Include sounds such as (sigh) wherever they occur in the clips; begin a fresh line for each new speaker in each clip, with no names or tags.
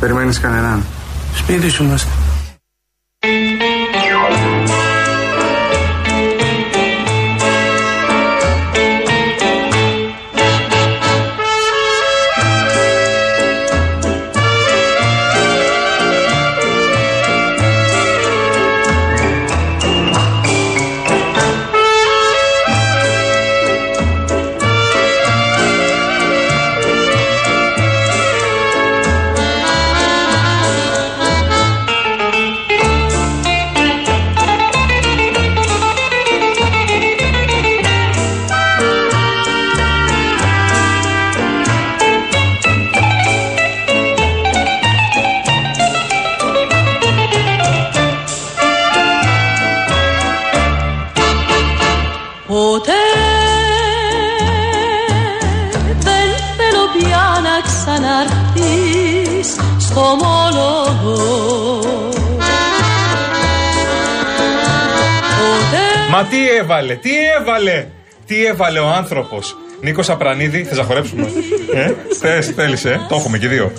Περιμένεις κανέναν.
Σπίτι σου είμαστε.
Ποτέ δεν θέλω πια να ξαναρθείς στο μόλογο. Ποτέ
Μα τι έβαλε, τι έβαλε, τι έβαλε ο άνθρωπος. Νίκος Απρανίδη, θες να χορέψουμε. ε, θε, θέλεις, ε. Το έχουμε και δύο.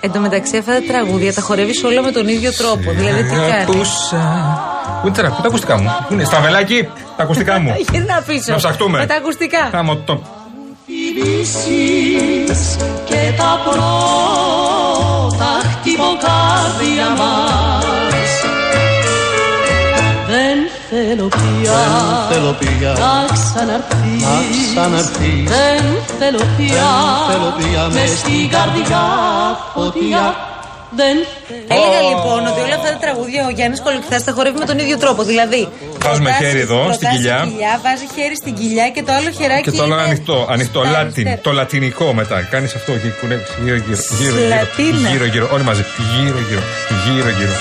Εν τω μεταξύ, αυτά τα τραγούδια τα χορεύεις όλα με τον ίδιο τρόπο. Δηλαδή, τι κάνει.
Αγαπούσα. Ε, Πού είναι τα ακουστικά μου. Πού είναι, στα βελάκι, τα ακουστικά μου.
(laughs) Γυρνά πίσω.
Να ψαχτούμε.
Με τα ακουστικά.
Χάμω το.
χτυπήσεις και τα πρώτα χτυποκάρδια μας Δεν θέλω πια
Θέλω πια
να ξαναρθείς
να ξαναρθείς
Δεν θέλω πια
θέλω πια
μες στην καρδιά φωτιά Δεν θέλω
Έλεγα λοιπόν ότι όλα αυτά τα τραγούδια ο Γιάννης Κολοκυθά τα χορεύει με τον ίδιο τρόπο. Δηλαδή.
Βάζουμε
κοντά
χέρι εδώ,
κοντά
στην
στη
κοιλιά.
Βάζει χέρι στην κοιλιά και το άλλο χεράκι.
Και το άλλο
είναι
ανοιχτό, ανοιχτό,
στα
λάτιν.
αριστερά.
Το λατινικό μετά. Κάνεις αυτό και κουνεύει γύρω-γύρω.
Λατίνα.
Γύρω-γύρω. Όλοι μαζί. Γύρω-γύρω. Γύρω-γύρω.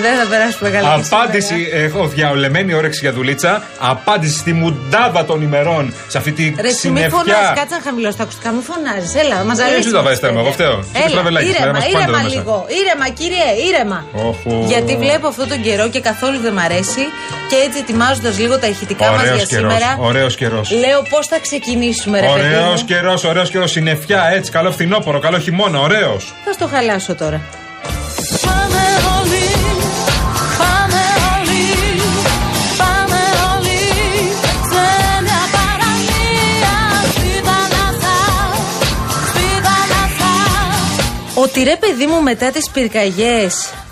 Δεν θα περάσουμε καλά.
Απάντηση, ε, έχω διαολεμένη όρεξη για δουλίτσα. Απάντηση στη μουντάβα των ημερών. Σε αυτή τη
Ρε, εσύ μη φωνάζει,
συννεφιά.
κάτσε να χαμηλώσει τα ακουστικά, μη φωνάζεις. Έλα, μας
Ε, εσύ τα βάζεις τέρμα, εγώ φταίω. Εσύ τα
Έλα,
τραβελάκια, θα
ήρεμα,
μας πάντα
ήρεμα
εδώ μέσα.
λίγο. Ήρεμα, κύριε, ήρεμα.
Όχο.
Γιατί βλέπω αυτόν τον καιρό και καθόλου δεν μ' αρέσει και έτσι ετοιμάζοντας λίγο τα ηχητικά μας
Ωραίος
για
καιρός.
σήμερα.
Ωραίος καιρός.
Λέω πώς θα ξεκινήσουμε, ρε παιδί.
Ωραίο
μου.
καιρός, ωραίος καιρός. Συννεφιά, έτσι. Καλό φθινόπωρο, καλό χειμώνα, ωραίος.
Θα στο χαλάσω τώρα.
Πάμε όλοι, πάμε όλοι, πάμε όλοι σε μια παραλία στη θάλασσα, στη θάλασσα.
Ότι ρε παιδί μου μετά τι πυρκαγιέ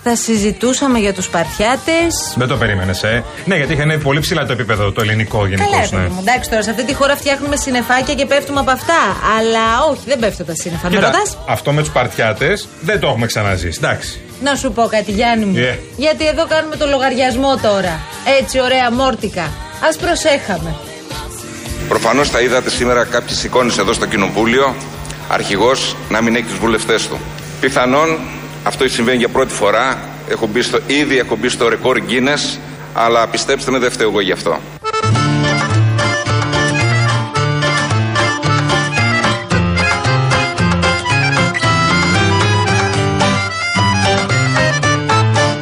θα συζητούσαμε για τους παρτιάτε.
Δεν το περίμενες, ε. Ναι, γιατί είχε ανέβει πολύ ψηλά το επίπεδο το ελληνικό ναι. γενικώ.
Καλά, ρε παιδί μου. Εντάξει, τώρα σε αυτή τη χώρα φτιάχνουμε συννεφάκια και πέφτουμε από αυτά. Αλλά όχι, δεν πέφτω τα σύννεφα. Με
Κοίτα,
ρωτάς?
αυτό με τους παρτιάτε δεν το έχουμε ξαναζήσει. Εντάξει.
Να σου πω κάτι, Γιάννη μου.
Ε.
Γιατί εδώ κάνουμε το λογαριασμό τώρα. Έτσι, ωραία, μόρτικα. Ας προσέχαμε.
Προφανώς θα είδατε σήμερα κάποιες εικόνες εδώ στο Κοινοβούλιο, αρχηγός να μην έχει τους βουλευτές του. Πιθανόν, αυτό συμβαίνει για πρώτη φορά, έχω μπει στο, ήδη έχω μπει στο ρεκόρ Guinness, αλλά πιστέψτε με δεν φταίω εγώ γι' αυτό.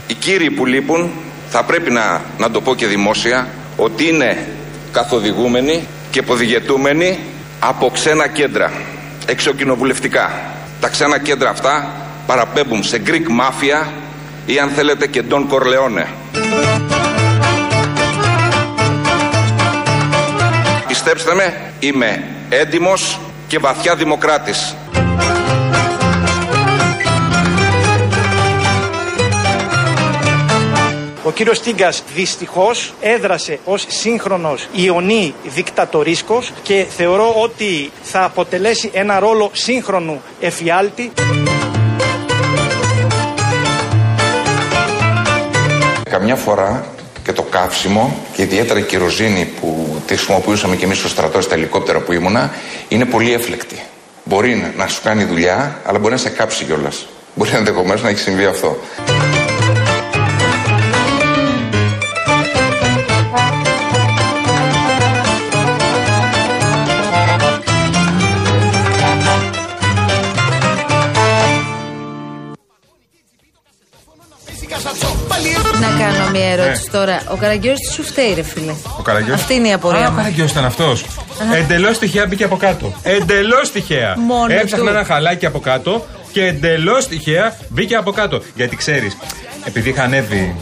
Οι κύριοι που λείπουν θα πρέπει να, να το πω και δημόσια ότι είναι καθοδηγούμενοι και υποδηγετούμενοι από ξένα κέντρα εξοκοινοβουλευτικά. Τα ξένα κέντρα αυτά παραπέμπουν σε Greek Mafia ή αν θέλετε και Don Corleone. Πιστέψτε με, είμαι έντιμος και βαθιά δημοκράτης.
Ο κύριος Τίγκας δυστυχώς έδρασε ως σύγχρονος ιονή δικτατορίσκος και θεωρώ ότι θα αποτελέσει ένα ρόλο σύγχρονου εφιάλτη.
Καμιά φορά και το καύσιμο και ιδιαίτερα η κυροζίνη που τη χρησιμοποιούσαμε και εμείς στο στρατό στα ελικόπτερα που ήμουνα είναι πολύ έφλεκτη. Μπορεί να- να σου κάνει δουλειά, αλλά μπορεί να σε κάψει κιόλας. Μπορεί ενδεχομένως να έχει συμβεί αυτό.
Να κάνω μια ερώτηση
Ε.
τώρα. Ο Καραγκιόζη τι σου φταίει, ρε φίλε.
Ο Καραγκιόζης.
Αυτή είναι η απορία
Α,
μου.
Καραγκιόζης ήταν αυτός. Εντελώς τυχαία μπήκε από κάτω. Εντελώς τυχαία.
Μόνος
Έψαχνε
του.
ένα χαλάκι από κάτω και εντελώς τυχαία μπήκε από κάτω. Γιατί ξέρεις, επειδή είχα ανέβει.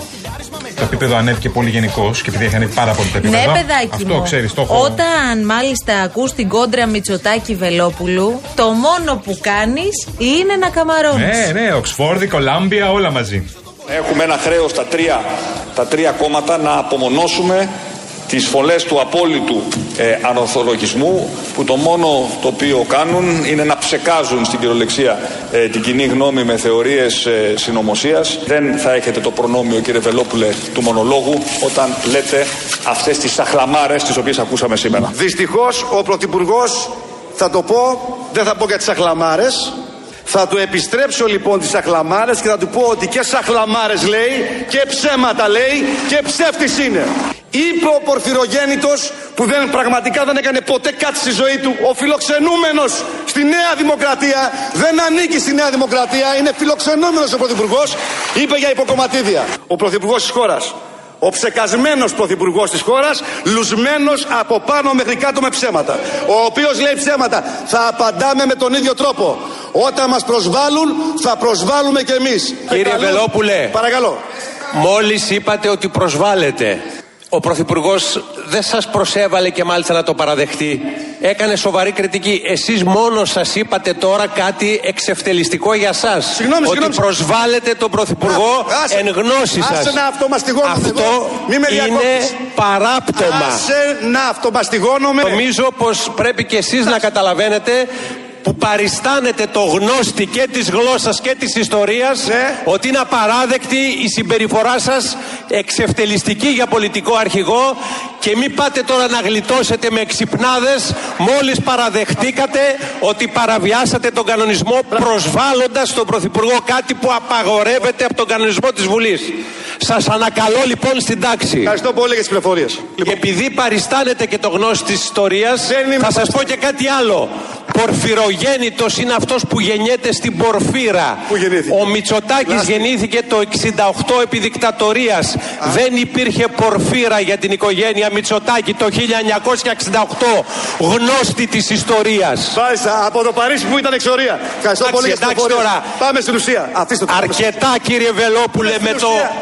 Το επίπεδο ανέβηκε πολύ γενικώς και επειδή είχα ανέβει πάρα πολύ το επίπεδο.
Ναι, παιδάκι
Αυτό
μου.
ξέρεις, το έχω.
Όταν μάλιστα ακούς την κόντρα Μητσοτάκη Βελόπουλου, το μόνο που κάνεις είναι να καμαρώνεις.
Ναι, ναι, Οξφόρδη, Κολάμπια, όλα μαζί.
Έχουμε ένα χρέος τα τρία, τα τρία κόμματα να απομονώσουμε τις φωλές του απόλυτου ε, ανορθολογισμού που το μόνο το οποίο κάνουν είναι να ψεκάζουν στην κυριολεξία ε, την κοινή γνώμη με θεωρίες ε, συνωμοσίας. Δεν θα έχετε το προνόμιο κύριε Βελόπουλε του μονολόγου όταν λέτε αυτές τις σαχλαμάρες τις οποίες ακούσαμε σήμερα.
Δυστυχώς ο Πρωθυπουργός, θα το πω, δεν θα πω για τις αχλαμάρε. Θα του επιστρέψω λοιπόν τις αχλαμάρες και θα του πω ότι και σαχλαμάρες λέει και ψέματα λέει και ψεύτης είναι. Είπε ο Πορφυρογέννητος που δεν, πραγματικά δεν έκανε ποτέ κάτι στη ζωή του. Ο φιλοξενούμενος στη Νέα Δημοκρατία δεν ανήκει στη Νέα Δημοκρατία, είναι φιλοξενούμενος ο Πρωθυπουργός. Είπε για υποκομματίδια. Ο Πρωθυπουργός της χώρας. Ο ψεκασμένος πρωθυπουργός της χώρας, λουσμένος από πάνω μέχρι κάτω με ψέματα. Ο οποίος λέει ψέματα. Θα απαντάμε με τον ίδιο τρόπο. Όταν μας προσβάλλουν, θα προσβάλλουμε κι εμείς.
Κύριε Βελόπουλε.
Παρακαλώ.
Μόλις είπατε ότι προσβάλλετε. Ο Πρωθυπουργός δεν σας προσέβαλε και μάλιστα να το παραδεχτεί. Έκανε σοβαρή κριτική. Εσείς μόνος σας είπατε τώρα κάτι εξευτελιστικό για σας.
Συγγνώμη,
ότι
συγγνώμη.
προσβάλλετε τον Πρωθυπουργό
Α, άσε-
εν γνώση σας.
Άσε να αυτομαστιγώνομαι
Αυτό
εγώ. Μη με
είναι
διακόπτεις.
παράπτωμα.
Άσε να αυτομαστιγώνομαι.
Νομίζω πως πρέπει και εσείς να καταλαβαίνετε που παριστάνετε το γνώστη και της γλώσσας και της ιστορίας
Ναι.
ότι είναι απαράδεκτη η συμπεριφορά σας εξευτελιστική για πολιτικό αρχηγό και μην πάτε τώρα να γλιτώσετε με ξυπνάδες μόλις παραδεχτήκατε ότι παραβιάσατε τον κανονισμό προσβάλλοντας τον Πρωθυπουργό κάτι που απαγορεύεται από τον κανονισμό της Βουλής. Σας ανακαλώ λοιπόν στην τάξη.
Ευχαριστώ πολύ για τις πληροφορίες.
Επειδή παριστάνετε και το γνώση της ιστορίας,
Λοιπόν. Δεν είμαι
θα σας πω και κάτι άλλο. Πορφυρογέννητος είναι αυτός που γεννιέται στην Πορφύρα.
Πού γεννήθηκε?
Ο Μητσοτάκης γεννήθηκε το 68 επί δικτατορίας. Δεν υπήρχε Πορφύρα για την οικογένεια Μητσοτάκη το 1968. Γνώστη της ιστορίας.
Μάλιστα, από το Παρίσι που ήταν εξορία. Ευχαριστώ
Εντάξει,
πολύ για τις
εντάξει
πληροφορίες.
τώρα.
Πάμε στην ουσία. Αυτή στο
Αρκετά κύριε Βελόπουλε με το
ουσία.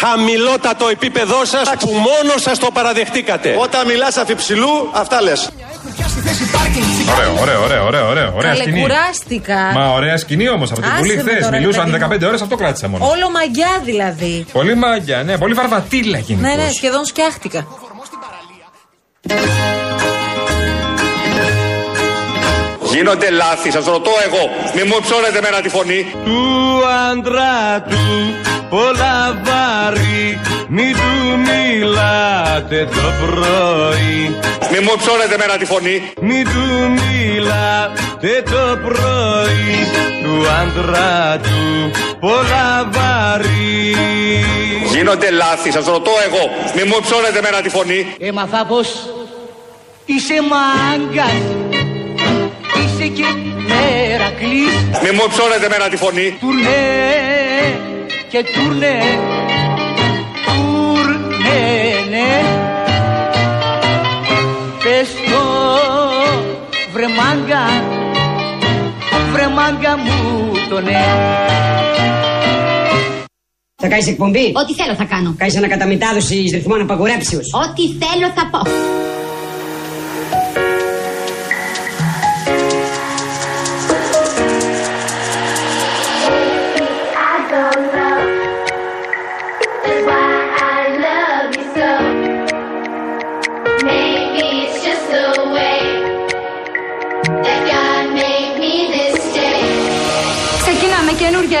χαμηλότατο επίπεδό σας που μόνο σας το παραδεχτήκατε.
Όταν μιλάς αφιψηλού, αυτά λες.
Ωραίο, ωραίο, ωραίο, ωραίο, ωραίο. Ωραία
Καλέ,
σκηνή.
κουράστηκα.
Μα ωραία σκηνή όμως από την
Άσε
Βουλή
με
χθες.
τώρα, ρε
Μιλούσαν
παιδί μου.
15 ώρες, αυτό κράτησα μόνο.
Όλο μαγιά δηλαδή.
Πολύ μάγκια, ναι, πολύ βαρβατήλα γενικώ.
Ναι, ναι, σχεδόν σκιάχτηκα.
Γίνονται λάθη, σας ρωτώ εγώ, μη μου ψώνετε εμένα τη φωνή.
του άντρα του πολλά βάρη μη του μιλάτε το πρωί
Μη μου ψώνετε εμένα τη φωνή.
μη του μιλάτε το πρωί του άντρα του πολλά βάρη
Γίνονται λάθη, σας ρωτώ εγώ, μη μου ψώνετε εμένα τη φωνή.
Έμαθα πως είσαι μάγκας Είσαι και μερακλής
Μη μου ψώνετε εμένα τη φωνή.
Τουρνέ και τουρνέ Τουρνέ ναι Πες το βρε μάγκα Βρε μάγκα μου το ναι
Θα κάνεις εκπομπή.
Ό,τι θέλω θα κάνω.
Κάνει ανακαταμετάδοση εις ρυθμών απαγορέψεω.
Ό,τι θέλω θα πω.
Ξεκινάμε καινούργια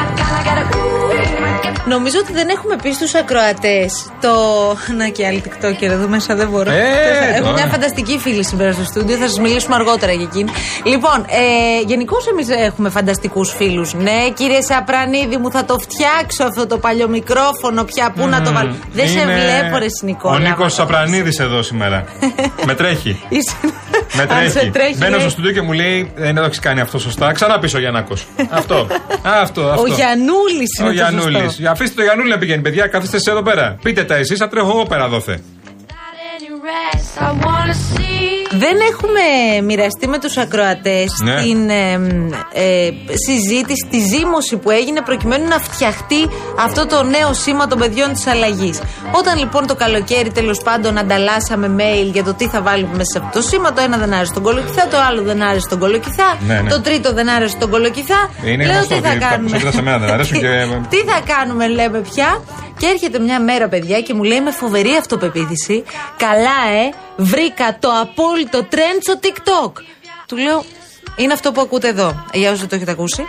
Νομίζω ότι δεν έχουμε πει στους ακροατές το. Να και άλλη TikToker εδώ μέσα, δεν μπορώ.
Ε,
Έχω
τώρα.
μια φανταστική φίλη σήμερα στο στούντιο, θα σας μιλήσουμε αργότερα για εκείνη. Λοιπόν, ε, γενικώ εμείς έχουμε φανταστικούς φίλους. Ναι, κύριε Σαπρανίδη, μου θα το φτιάξω αυτό το παλιό μικρόφωνο πια. Πού να το βάλω. Δεν σε
Είναι
βλέπω, ρε Νικόλα.
Ο Νίκος Σαπρανίδη εδώ
(laughs)
σήμερα. με τρέχει.
Είσαι-
Με
Αν
τρέχει.
σε τρέχει, ε, ναι.
Μπαίνω
λέει.
στο στούντιο και μου λέει: Δεν το έχεις κάνει αυτό σωστά. Ξανά πίσω ο Γιαννάκο. αυτό. αυτό, αυτό.
Ο Γιανούλης είναι
Ο
το σωστό.
Γιαννούλη. Αφήστε το Γιαννούλη να πηγαίνει, παιδιά. Καθίστε σε εδώ πέρα. Πείτε τα εσείς, θα τρέχω εγώ πέρα δόθε.
Δεν έχουμε μοιραστεί με τους ακροατές
Ναι.
την ε, ε, συζήτηση, τη ζήμωση που έγινε προκειμένου να φτιαχτεί αυτό το νέο σήμα των παιδιών της αλλαγής. Όταν λοιπόν το καλοκαίρι τέλος πάντων ανταλλάσσαμε mail για το τι θα βάλουμε μέσα σε αυτό το σήμα, το ένα δεν άρεσε τον κολοκυθά, το άλλο δεν άρεσε τον κολοκυθά,
Ναι, ναι.
το τρίτο δεν άρεσε τον κολοκυθά.
Είναι
Λέω
γνωστό
τι θα
ότι τα
κάνουμε.
προσωπικά σε μένα δεν αρέσουν και.
(laughs) Τι θα κάνουμε, λέμε πια. Και έρχεται μια μέρα, παιδιά, και μου λέει με φοβερή αυτοπεποίθηση. Καλά, ε, βρήκα το απόλυτο τρέντ στο TikTok. Του λέω, είναι αυτό που ακούτε εδώ. Για όσοι δεν το έχετε ακούσει.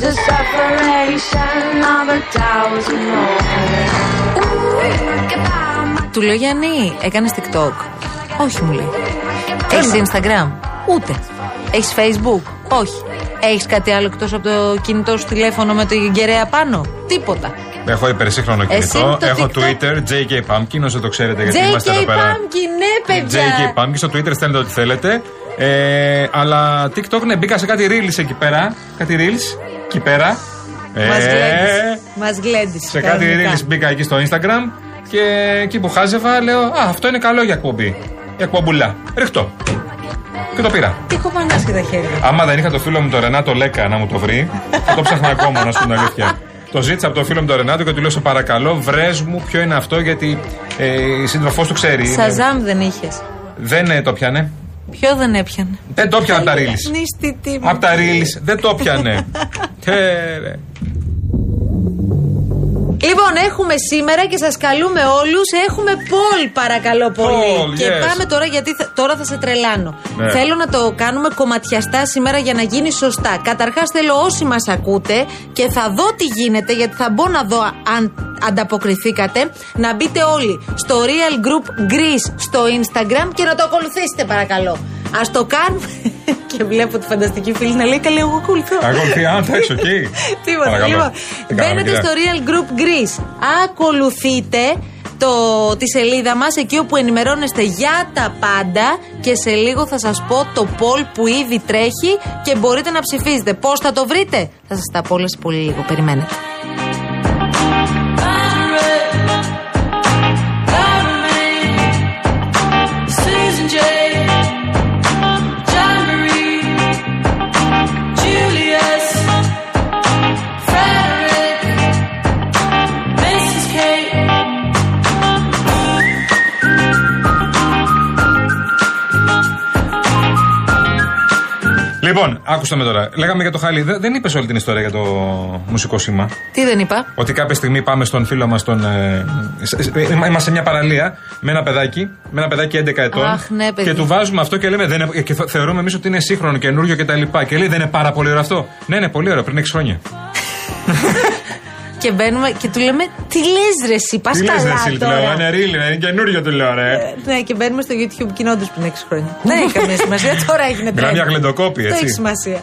The separation of a thousand
Του λέω, Γιάννη, έκανες TikTok. Όχι, μου λέει. Έχεις Instagram. Ούτε. Έχεις Facebook. Όχι. Έχεις κάτι άλλο εκτός από το κινητό σου τηλέφωνο με την κεραία πάνω.
Ε,
Τίποτα.
Έχω υπερσύγχρονο
Εσύ
κινητό.
το
Έχω
TikTok.
Twitter, JK Pumpkin, όσο το ξέρετε γιατί
JK
είμαστε εδώ πέρα.
Pumpkin, ναι, παιδιά.
JK Pumpkin, στο Twitter στέλνετε ό,τι θέλετε. Ε, αλλά TikTok, ναι, μπήκα σε κάτι reels εκεί πέρα. Κάτι reels εκεί πέρα.
Μας
Ε,
γλέντεις. Μας γλέντεις.
σε κάτι
κανονικά.
reels μπήκα εκεί στο Instagram και εκεί που χάζευα λέω Α, αυτό είναι καλό για εκπομπή. Για εκπομπούλα. Ρίχτω. Και το πήρα.
Τι κοπανάς και τα χέρια.
Άμα δεν είχα το φίλο μου τον Ρενάτο Λέκα να μου το βρει, θα το ψάχνα ακόμα, να σου πω την αλήθεια. Το ζήτησα από το φίλο μου τον Ρενάτο και του λέω: Σε παρακαλώ, βρες μου ποιο είναι αυτό, γιατί ε, η σύντροφός του ξέρει.
Σαζάμ δεν είχες.
Δεν ε, το πιάνε.
Ποιο δεν έπιανε.
Δεν το πιάνε τα ρίλης.
Νίστη τι μου.
Απ' τα ρίλης δεν το
(laughs)
πιάνε. Ε, ρε.
Λοιπόν, έχουμε σήμερα και σας καλούμε όλους. Έχουμε Πολ, παρακαλώ πολύ.
Poll,
και
yes.
πάμε τώρα, γιατί θα- τώρα θα σε τρελάνω.
Ναι.
Θέλω να το κάνουμε κομματιαστά σήμερα για να γίνει σωστά. Καταρχάς θέλω όσοι μας ακούτε και θα δω τι γίνεται, γιατί θα μπω να δω αν ανταποκριθήκατε, να μπείτε όλοι στο Real Group Greece στο Instagram και να το ακολουθήσετε, παρακαλώ. Ας το κάνουμε. (laughs) και βλέπω τη φανταστική φίλη να λέει, καλή, εγώ ακολουθώ.
Ακολουθεί, αν θα έχει, εκεί.
(laughs) Τίποτα.
Παρακαλώ.
Λοιπόν,
Τι κάνουμε,
μπαίνετε
κυρία.
στο Real Group Greece. Ακολουθείτε το, τη σελίδα μας εκεί όπου ενημερώνεστε για τα πάντα και σε λίγο θα σας πω το poll που ήδη τρέχει και μπορείτε να ψηφίζετε. Πώς θα το βρείτε? Θα σας τα πω όλα σε πολύ λίγο. Περιμένετε.
Susan J. John Marie. Julius. Frederick. Mrs. Kate.
Λοιπόν, άκουσα με τώρα. Λέγαμε για το χάλι. Δε- Δεν είπες όλη την ιστορία για το μουσικό σήμα.
Τι δεν είπα.
Ότι κάποια στιγμή πάμε στον φίλο μας, τον. Ε, σε- σε- ε, είμαστε σε μια παραλία με ένα παιδάκι, με ένα παιδάκι 11 ετών.
Αχ, ναι, παιδί.
και του βάζουμε αυτό και λέμε. Δεν είναι- και θεωρούμε εμείς ότι είναι σύγχρονο, καινούριο κτλ. Και, τα λοιπά. και λέει δεν είναι πάρα πολύ ωραίο αυτό. Ναι, είναι πολύ ωραίο, πριν 6 χρόνια.
Και μπαίνουμε και του λέμε τι λες ρε εσύ, πας
Τι λες, ρε,
καλά
Σιλ, του
τώρα.
λέω, ναι. είναι ρίλι, είναι καινούριο, του λέω, ρε.
Ναι, και μπαίνουμε στο YouTube κοινό του πριν 6 χρόνια. Δεν έχει καμία
(laughs)
σημασία, τώρα έγινε
Μιλάμε
τρένο.
για γλεντοκόπη,
Δεν
έτσι.
έχει σημασία.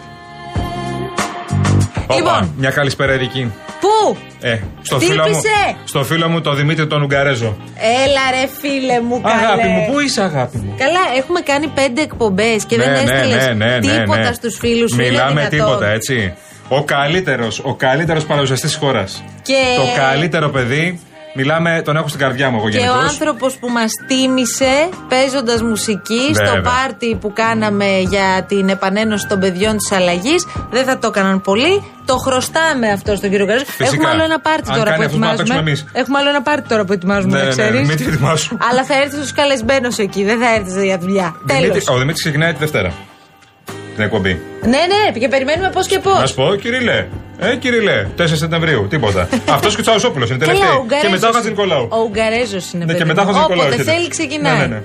Όπα,
λοιπόν.
Μια καλησπέρα, Ερική.
Πού?
Ε, στο φίλο, μου,
Χτύπησε.
στο φίλο μου, το Δημήτρη τον Ουγγαρέζο.
Έλα ρε φίλε μου, καλέ.
Αγάπη μου, πού είσαι, αγάπη μου.
Καλά, έχουμε κάνει πέντε εκπομπές και
ναι,
δεν
ναι,
έστειλες
ναι, ναι, ναι,
τίποτα
ναι.
στους φίλους σου. είναι
Μιλάμε
δυνατόν.
τίποτα, έτσι. Ο καλύτερος, ο καλύτερος παρουσιαστής της χώρας.
Και-
Το καλύτερο παιδί. Μιλάμε, τον έχω στην καρδιά μου εγώ
Και ο
γενικώ.
άνθρωπος που μας τίμησε παίζοντας μουσική στο
Βέβαια.
πάρτι που κάναμε για την επανένωση των παιδιών της αλλαγής. Δεν θα το έκαναν πολύ. Το χρωστάμε αυτό στον κύριο Καρέζο.
Φυσικά.
Έχουμε άλλο ένα πάρτι
Αν
τώρα που
κάνει αυτό, να το
ετοιμάζουμε.
παίξουμε
Έχουμε άλλο ένα πάρτι τώρα που ετοιμάζουμε,
Ναι,
να
ναι,
ξέρεις.
ναι, Δημήτρη, ετοιμάσου.
Αλλά θα έρθει ω καλεσμένος εκεί, δεν θα έρθει για δουλειά. Τέλος.
Ο Δημήτρης ξεκινάει τη Δευτέρα. Την εκπομπή.
Ναι, ναι, και περιμένουμε πώς και πώς.
Να σου πω, Κυρίλε. Ε, Κυρίλε, 4 Σεπτεμβρίου,
(laughs)
τίποτα. Αυτός και ο Τσαουσόπουλος είναι
Καλά, ο
τελευταίο. Και
Ουγγαρέζος
μετά ο Χατζη
είναι.
Νικολάου.
Ο Ουγγαρέζος είναι
Ναι, και
παιδί
μετά ο
μου.
Ναι, Χατζη Νικολάου.
Όποτε θέλει ξεκινάει.
Ναι, Ναι. ναι, ναι.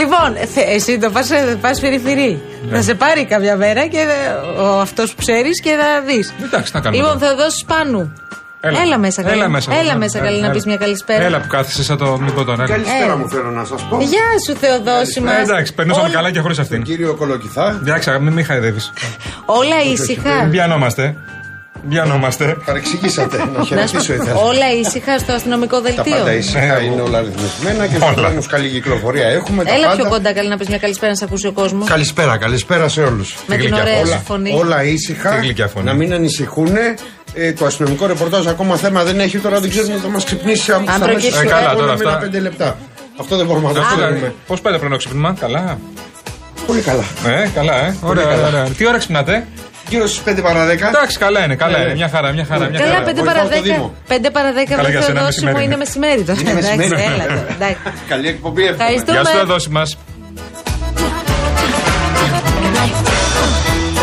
Λοιπόν, Λοιπόν, θε- εσύ το πας, ε, πας φυρί-φυρί. Να σε πάρει κάποια μέρα και ε, ο, αυτός που ξέρεις και θα δεις.
Εντάξει, να κάνουμε.
Λοιπόν,
τώρα.
θα δώσεις πάνω.
Έλα.
μέσα, καλή.
Έλα μέσα,
Έλα
καλή.
μέσα,
Έλα,
καλή, να
έλα.
πεις μια καλησπέρα.
Έλα που κάθεσαι σαν το Νικότον.
Έλα.
Θέλω να σας πω.
Γεια σου, Θεοδόση μας.
Ε, εντάξει, περνούσαμε
Όλα-
καλά και χωρίς
Ναι.
αυτήν. Κύριο Κολοκυθά. Εντάξει, αγαπητέ, μην χαϊδεύεις.
Όλα
Ε,
ήσυχα.
Βιανόμαστε. Βιανόμαστε.
Παρεξηγήσατε. Να χαιρετήσω ήθελα.
Όλα Ναι, ήσυχα στο αστυνομικό
Τα
δελτίο.
πάντα ήσυχα είναι όλα αριθμισμένα και στου χρόνου καλή κυκλοφορία έχουμε. τα
Έλα
πάντα.
πιο κοντά, καλή να πεις μια καλησπέρα να σε ακούσει ο κόσμος.
Καλησπέρα, καλησπέρα σε όλους.
Με την ωραία σου φωνή.
Όλα ήσυχα. Να μην ανησυχούν. το αστυνομικό ρεπορτάζ ακόμα θέμα δεν έχει τώρα, δεν ξέρουμε θα μας ξυπνήσει από
Αν
τα
προκύψει.
μέσα
Ε, καλά, τώρα
με ένα
αυτά.
πέντε λεπτά. Αυτό δεν μπορούμε να το ξέρουμε.
Πώ πέντε πρωινό ξύπνημα, καλά.
Πολύ καλά.
Ε, καλά, ε.
Πολύ
Ωραία,
καλά.
ωραία. Τι ώρα ξυπνάτε, Ε,
Γύρω στις 5 παρα 10.
Εντάξει, καλά είναι, καλά
Ναι,
είναι.
ναι.
Μια χαρά, μια χαρά. μια
Καλά,
χαρά.
5 παρα 10. 5 παρα 10
Καλά, για
με
σένα
Θεοδόση μου
μεσημέρι
είναι
είναι.
μεσημέρι τώρα.
Είναι
Εντάξει,
μεσημέρι.
έλα τώρα, εντάξει.
Καλή εκπομπή, εύχομαι.
Ευχαριστούμε.
Γεια σου, Θεοδόση μας.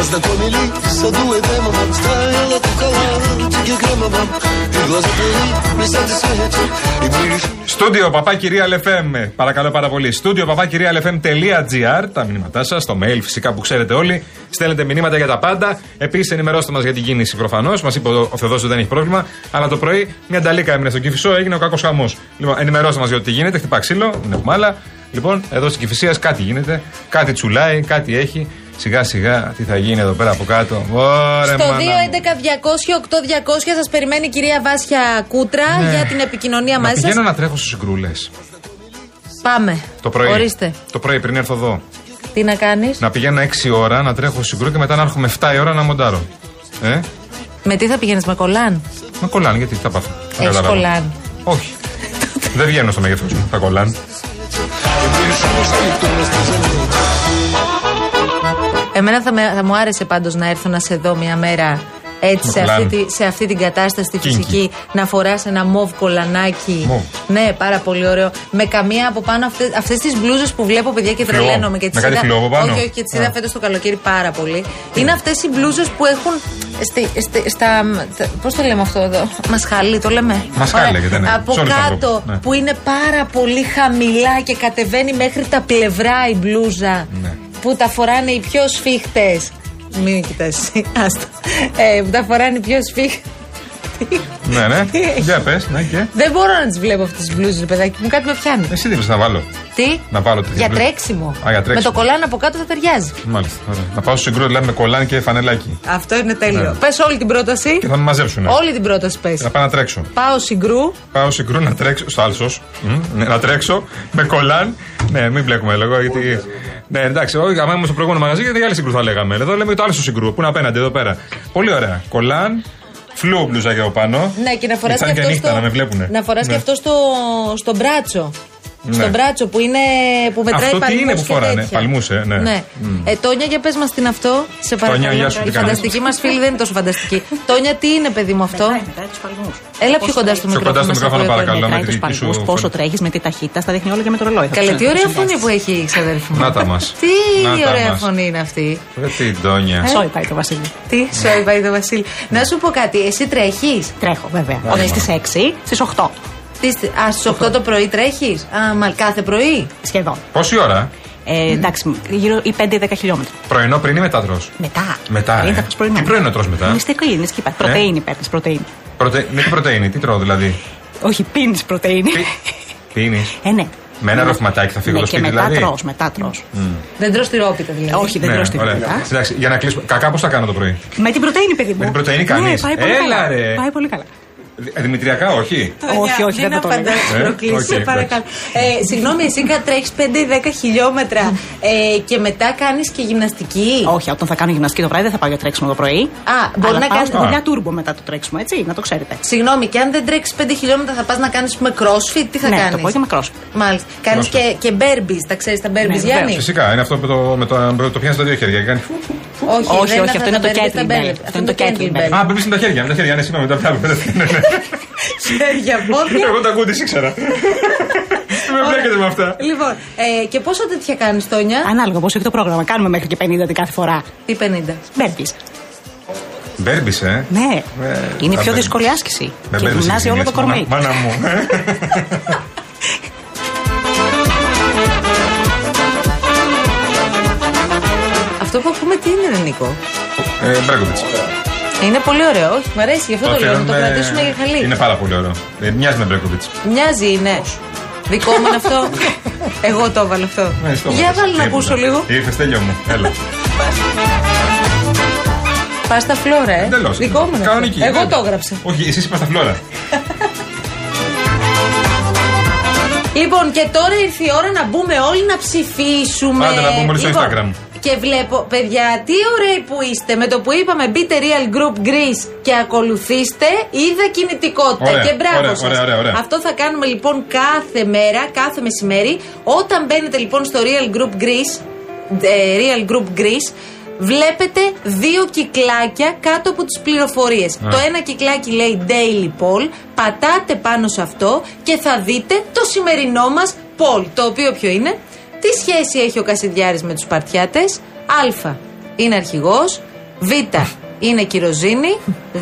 Аз знакомили са дуе дема, стояла кукала, че ги грема вам. И глазата ѝ ми сади светят, и мириш
Στούντιο παπάκυριαλεφm. Παρακαλώ πάρα πολύ. Στούντιο παπάκυριαλεφm.gr. Τα μηνύματά σας, το mail φυσικά που ξέρετε όλοι. Στέλνετε μηνύματα για τα πάντα. Επίσης, ενημερώστε μας για την κίνηση προφανώς. Μας είπε ο Θεοδό ότι δεν έχει πρόβλημα. Αλλά το πρωί μια νταλίκα έμεινε στον Κυφισό, έγινε ο κακός χαμός. Λοιπόν, ενημερώστε μας για ό,τι γίνεται. Χτυπά ξύλο, δεν έχουμε άλλα. Λοιπόν, εδώ στην Κυφυσίας κάτι γίνεται. Κάτι τσουλάει, κάτι έχει. Σιγά σιγά τι θα γίνει εδώ πέρα από κάτω. Ωραία,
Στο 2.11.200.8.200 σας περιμένει η κυρία Βάσια Κούτρα
Ναι.
για την επικοινωνία μαζί
Πηγαίνω
σας.
να τρέχω στι γκρούλε.
Πάμε.
Το πρωί.
Ορίστε.
Το πρωί πριν έρθω εδώ.
Τι να κάνεις.
Να πηγαίνω 6 ώρα, να τρέχω συγκρούς και μετά να έρχομαι 7 η ώρα να μοντάρω. Ε,
Με τι θα πηγαίνεις με κολάν.
με κολλάνε γιατί θα πάθω. Δεν
Έχεις
καταλαβαίνω.
κολάν.
Όχι. Δεν βγαίνω στο μέγεθος μου. Θα κολλάνε.
Εμένα θα, με- θα μου άρεσε πάντως να έρθω να σε δω μια μέρα έτσι
Με
σε αυτή,
κολλάνε.
τη- σε αυτή την κατάσταση τη
Κίνκι.
φυσική να φοράς ένα μοβ κολανάκι
Μοβ.
ναι πάρα πολύ ωραίο με καμία από πάνω αυτές, αυτές τις μπλούζες που βλέπω παιδιά και
Φλοιό.
τρελαίνομαι και τις
Με κάτι
είδα-
φλοιό από πάνω.
όχι, όχι και τις
Α.
είδα φέτος το καλοκαίρι πάρα πολύ είναι αυτές οι μπλούζες που έχουν στη, στη- στα, τα- πώς το λέμε αυτό εδώ μασχαλί το λέμε
Μασχάλη
Ωραία.
λέγεται, ναι.
από
Σε όλους τους
κάτω
ανθρώπους, ναι.
που είναι πάρα πολύ χαμηλά και κατεβαίνει μέχρι τα πλευρά η μπλούζα
Ναι.
που τα φοράνε οι πιο σφίχτες. Μην κοιτάς εσύ, άστα. Ε, που τα φοράνε οι πιο σφίχτες.
ναι, ναι. Για πες, ναι και.
Δεν μπορώ να τις βλέπω αυτές τις μπλούζες, παιδάκι μου, κάτι με πιάνει.
Εσύ τι είπες να βάλω.
Τι?
Ε, Να βάλω τέτοιες
Για
μπλούζες.
τρέξιμο.
Α, για
Με το
τρέξιμο.
κολάν από κάτω θα ταιριάζει.
Μάλιστα. Ωραία. Να πάω στο συγκρού, δηλαδή με κολλάνε και φανελάκι.
Αυτό είναι τέλειο.
Ναι.
Πες όλη την πρόταση.
Και θα με μαζέψουν.
Όλη την πρόταση πες.
Να πάω να τρέξω.
Πάω συγκρού.
Πάω συγκρού να τρέξω. Στο άλσο. ναι, Να τρέξω με κολλάν. Ναι, μην μπλέκουμε λίγο. Γιατί... Ναι, εντάξει, όχι, άμα ήμουν στο προηγούμενο μαγαζί, γιατί για άλλη συγκρού θα λέγαμε. Εδώ λέμε το άλλο συγκρού που είναι απέναντι εδώ πέρα. Πολύ ωραία. Κολλάν, φλού μπλουζά και από πάνω.
Ναι, και να φοράς
Σαν
και
και
αυτό.
νύχτα,
στο...
να με βλέπουνε.
να φοράς
Ναι.
και αυτό στο, στο μπράτσο.
Ναι.
Στο μπράτσο που είναι. που μετράει
Αυτό τι
παλμούς
είναι που
και
φοράνε.
τέτοια.
Παλμούς, ε, ναι. Μμ.
Ε, Τόνια, για πες μας τι είναι αυτό. Σε παρακαλώ.
Τόνια, γεια σου,
Η
τι κάνεις?
φανταστική μας φίλη δεν είναι τόσο φανταστική. Τόνια, τι είναι, παιδί μου αυτό. Έλα πιο κοντά στο
Πιο κοντά στο
μικρόφωνο.
μικρόφωνο, παρακαλώ. Με
Μετράει
τη
τους
δική σου.
παλμούς, πόσο τρέχεις, με τι ταχύτητα, στα δείχνει όλο και με το ρολόι.
Καλέ, τι ωραία φωνή που έχει, ξαδέρφη μου.
Να τα μας. Να
Τι
τα
ωραία
μας.
φωνή είναι αυτή.
Ρε τι ντόνια.
Ε.
Σόι πάει το Βασίλη.
Ναι.
Τι, σοϊ πάει το Βασίλη. Να σου πω κάτι, εσύ τρέχεις.
Τρέχω, βέβαια.
Ωραία.
Όχι στι 6, στι 8.
Α, στις 8 το πρωί τρέχεις. Α, μα κάθε πρωί.
Σχεδόν.
Πόση ώρα,
Ε, εντάξει, γύρω οι 5-10 χιλιόμετρα.
πρωινό πριν ή μετά τρώ.
Μετά.
Μετά.
Δεν
ε.
θα φας πρωινό.
Τι πρωινό τρώ μετά. Ε.
Μυστικό είναι, σκύπα. Πρωτενη παίρνει, πρωτενη.
Πρωτε... Με τι πρωτενη, τι τρώω δηλαδή.
Όχι, πίνεις πρωτενη.
Πίνεις.
Ε, ναι.
Με ένα ροφηματάκι θα φύγω
Ναι,
το
και
σπίτι
μετά
δηλαδή.
τρως, μετά τρως. Ε,
Μμ.
Δεν τρώ τυρόπιτα δηλαδή.
Όχι, δεν
Ναι,
τρώ την
ωραία.
μετά.
Εντάξει, για να κλείσουμε. Κακά πώς θα κάνω το πρωί.
Με την πρωτενη, παιδί μου.
Με την πρωτεΐνη
Ναι,
κάνεις.
πάει πολύ
Έλα,
καλά.
ρε.
Πάει πολύ καλά.
Δη- Δημητριακά, όχι.
όχι, όχι, δεν θα το λέω.
Ε, οκ,
Προκλήσει,
εντάξει.
παρακαλώ. Ε, Συγγνώμη, εσύ τρέχει 5-10 χιλιόμετρα ε, και μετά κάνεις και γυμναστική.
Ε, Όχι, όταν θα κάνω γυμναστική το βράδυ δεν θα πάω για τρέξιμο το πρωί. Α,
μπορεί να
πάω
κάνεις-
στη
Α.
δουλειά τούρμπο μετά το τρέξιμο, έτσι, να το ξέρετε.
Συγγνώμη, και αν δεν τρέξεις 5 χιλιόμετρα θα πας να κάνεις με crossfit, τι θα
ναι,
κάνει.
το απόγευμα crossfit.
Μάλιστα. Κάνεις
Crossfit.
και, και burpees, τα ξέρεις τα burpees,
Ναι,
Γιάννη.
Φυσικά, είναι αυτό που το, με το, με το, το πιάνεις τα δύο χέρια. και Κάνει...
Όχι,
Όχι,
δεν
όχι, αυτό είναι
τα
το
burpees, τα
kettlebell.
burpees.
Αυτό είναι το
Ε.
kettlebell.
Α, πρέπει με τα χέρια. Με τα χέρια, ναι, συγγνώμη, τα πιάνω. Ναι, ναι. (laughs)
Χέρια, πόδια.
Εγώ τα κούντι ήξερα. Με μπλέκετε με αυτά.
Λοιπόν, ε, και πόσα τέτοια κάνεις, Τόνια.
Ανάλογα πώ έχει το πρόγραμμα. Κάνουμε μέχρι και 50 την κάθε φορά.
Τι 50.
Μπέρπη.
Μπέρμπι, ε.
Ναι.
Ε, τα
Είναι πιο
μπέρμπις.
δύσκολη άσκηση.
Με
Και
μπέρδεψες,
γυμνάζει όλο το
Γιάννη,
κορμί.
Μάνα μάνα μου.
Αυτό που ακούμε τι είναι, ρε Νίκο.
Ε, Μπρέγκοβιτ.
Είναι πολύ ωραίο. Όχι, μου αρέσει, γι' αυτό το, λέω. Να το κρατήσουμε για χαλή.
Είναι πάρα πολύ ωραίο. Ε, μοιάζει με Μπρέγκοβιτ.
Μοιάζει, είναι. Δικό μου είναι αυτό. Εγώ το έβαλα αυτό.
Ναι, Ε,
Για βάλω να ακούσω λίγο.
Ήρθε τέλειο μου. Έλα.
Πάστα φλόρα, ε.
Εντελώς.
Δικό μου είναι. αυτό.
Κανονική. ναι.
Εγώ
Δεν-
το έγραψα.
Όχι, εσείς είπα στα φλόρα.
Λοιπόν, και τώρα ήρθε η ώρα να μπούμε όλοι να ψηφίσουμε.
Άντε, να μπούμε όλοι στο
Λοιπόν,
Instagram.
Και βλέπω, παιδιά, τι ωραίοι που είστε. Με το που είπαμε μπείτε Real Group Greece και ακολουθήστε, είδα κινητικότητα.
Ωραία,
και μπράβο
ωραία,
σας.
ωραία, ωραία, ωραία.
Αυτό θα κάνουμε λοιπόν κάθε μέρα, κάθε μεσημέρι. Όταν μπαίνετε λοιπόν στο Real Group Greece, ε, Real Group Greece, βλέπετε δύο κυκλάκια κάτω από τις πληροφορίες.
Α.
Το ένα κυκλάκι λέει Daily Poll, πατάτε πάνω σε αυτό και θα δείτε το σημερινό μας poll, το οποίο ποιο είναι. Τι σχέση έχει ο Κασιδιάρης με τους Παρτιάτες, Α. Είναι αρχηγός, Β. Είναι κυροζήνη, Γ.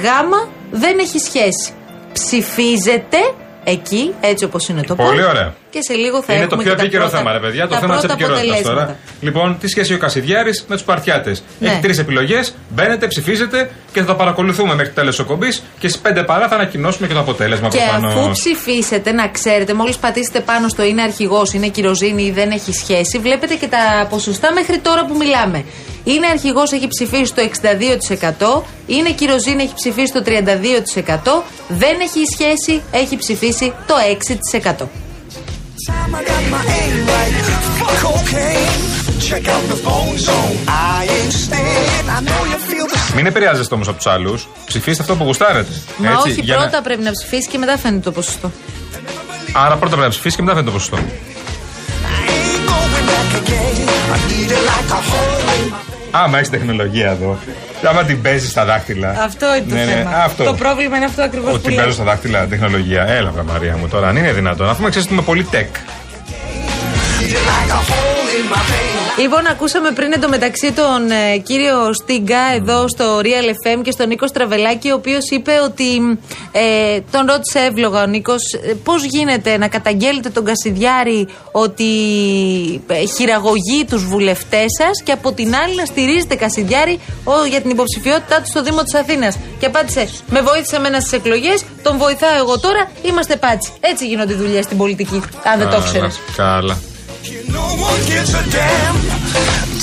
Δεν έχει σχέση. Ψηφίζετε εκεί, έτσι όπως είναι το
Ε,
poll.
Πολύ ωραία.
Και σε λίγο θα
Είναι το
έχουμε
πιο
και τα
επίκαιρο
πρώτα-
θέμα, ρε παιδιά. Το
τα
θέμα τη
πρώτα
επικαιρότητα τώρα.
αποτελέσματα.
Λοιπόν, τι σχέση ο Κασιδιάρης με τους Παρτιάτες.
Ναι.
Έχει τρεις επιλογές. Μπαίνετε, ψηφίζετε και θα τα παρακολουθούμε μέχρι το τέλος της εκπομπής. Και στις 5 παρά θα ανακοινώσουμε και το αποτέλεσμα
Και αφού
προφανώ.
ψηφίσετε, να ξέρετε, μόλις πατήσετε πάνω στο είναι αρχηγός, είναι κυροζήνη ή δεν έχει σχέση, βλέπετε και τα ποσοστά μέχρι τώρα που μιλάμε. Είναι αρχηγός, έχει ψηφίσει το 62%. Είναι κυροζήνη, έχει ψηφίσει το 32%. Δεν έχει σχέση, έχει ψηφίσει το 6%.
Fuck cocaine. Check out the phone zone. I ain't staying. I know you feel the
Μην επηρεάζεστε όμως από τους άλλους. Ψηφίστε αυτό που γουστάρετε.
Μα όχι,
για
πρώτα πρέπει να ψηφίσεις και μετά φαίνεται το ποσοστό.
Να... Άρα πρώτα πρέπει να ψηφίσεις και μετά φαίνεται το ποσοστό.
need it like a hole.
Άμα έχεις τεχνολογία εδώ. Άμα την παίζεις στα δάχτυλα.
Αυτό είναι το
Ναι, ναι,
θέμα.
αυτό.
Το πρόβλημα είναι αυτό ακριβώς που
Ότι
λέω.
παίζουν στα δάχτυλλα τεχνολογία. Έλα, βρε Μαρία μου τώρα, αν είναι δυνατόν. Αφού με ξέρει ότι είμαι πολύ tech.
Λοιπόν, ακούσαμε πριν εντωμεταξύ τον ε, κύριο Στίγκα εδώ στο Real FM και στον Νίκος Στραβελάκη, ο οποίος είπε ότι. Ε, τον ρώτησε εύλογα ο Νίκος, πώς γίνεται να καταγγέλλετε τον Κασιδιάρη ότι ε, χειραγωγεί τους βουλευτές σας και από την άλλη να στηρίζετε Κασιδιάρη ο, για την υποψηφιότητά του στο Δήμο της Αθήνας. Και απάντησε, με βοήθησε εμένα στις εκλογές, τον βοηθάω εγώ τώρα, είμαστε πάτσι. Έτσι γίνονται οι δουλειές στην πολιτική, αν δεν το ξέρει.
Καλά.
No one gives a damn.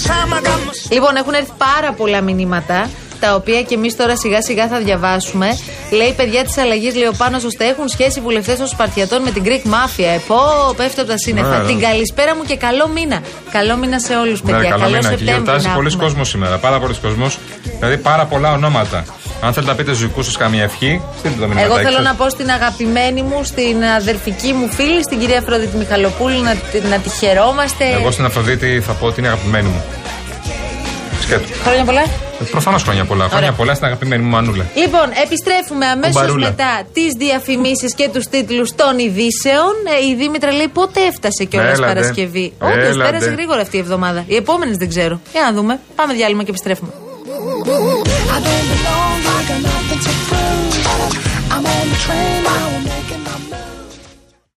Time I got my
Λοιπόν, έχουν έρθει πάρα πολλά μηνύματα, τα οποία και εμείς τώρα σιγά σιγά θα διαβάσουμε. Λέει, παιδιά της αλλαγής, λέει ο Πάνο, ώστε έχουν σχέση βουλευτέ των Σπαρτιατών με την Greek Mafia. Επό, πέφτω από τα σύννεφα.
Ναι.
Την καλησπέρα μου και καλό μήνα. Καλό μήνα σε όλους, παιδιά.
Ναι, καλό μήνα. Και
Σεπτέμβρη
γιορτάζει
να
πολλοί
έχουμε.
κόσμος σήμερα. Πάρα πολλοί κόσμος. Δηλαδή πάρα πολλά ονόματα. Αν θέλετε να πείτε στους δικούς σας καμία ευχή, στείλτε το μήνυμα.
Εγώ θέλω να πω στην αγαπημένη μου, στην αδερφική μου φίλη, στην κυρία Αφροδίτη Μιχαλοπούλου, να, τη- να τη χαιρόμαστε.
Εγώ στην Αφροδίτη θα πω ότι είναι αγαπημένη μου. Σκέτο.
Χρόνια πολλά.
Προφανώς χρόνια πολλά. Χρόνια πολλά στην αγαπημένη μου μανούλα.
Λοιπόν, επιστρέφουμε αμέσως
Κουμπαρούλα.
μετά τις διαφημίσεις και τους τίτλους των ειδήσεων. Ε, Η Δήμητρα λέει πότε έφτασε και όλα
Έλατε.
Παρασκευή. Όντως
Έλατε.
πέρασε γρήγορα αυτή η εβδομάδα. Οι επόμενες δεν ξέρω. Για να δούμε. Πάμε διάλειμμα και επιστρέφουμε.
I don't belong, I got nothing to prove. I'm on the train, I will make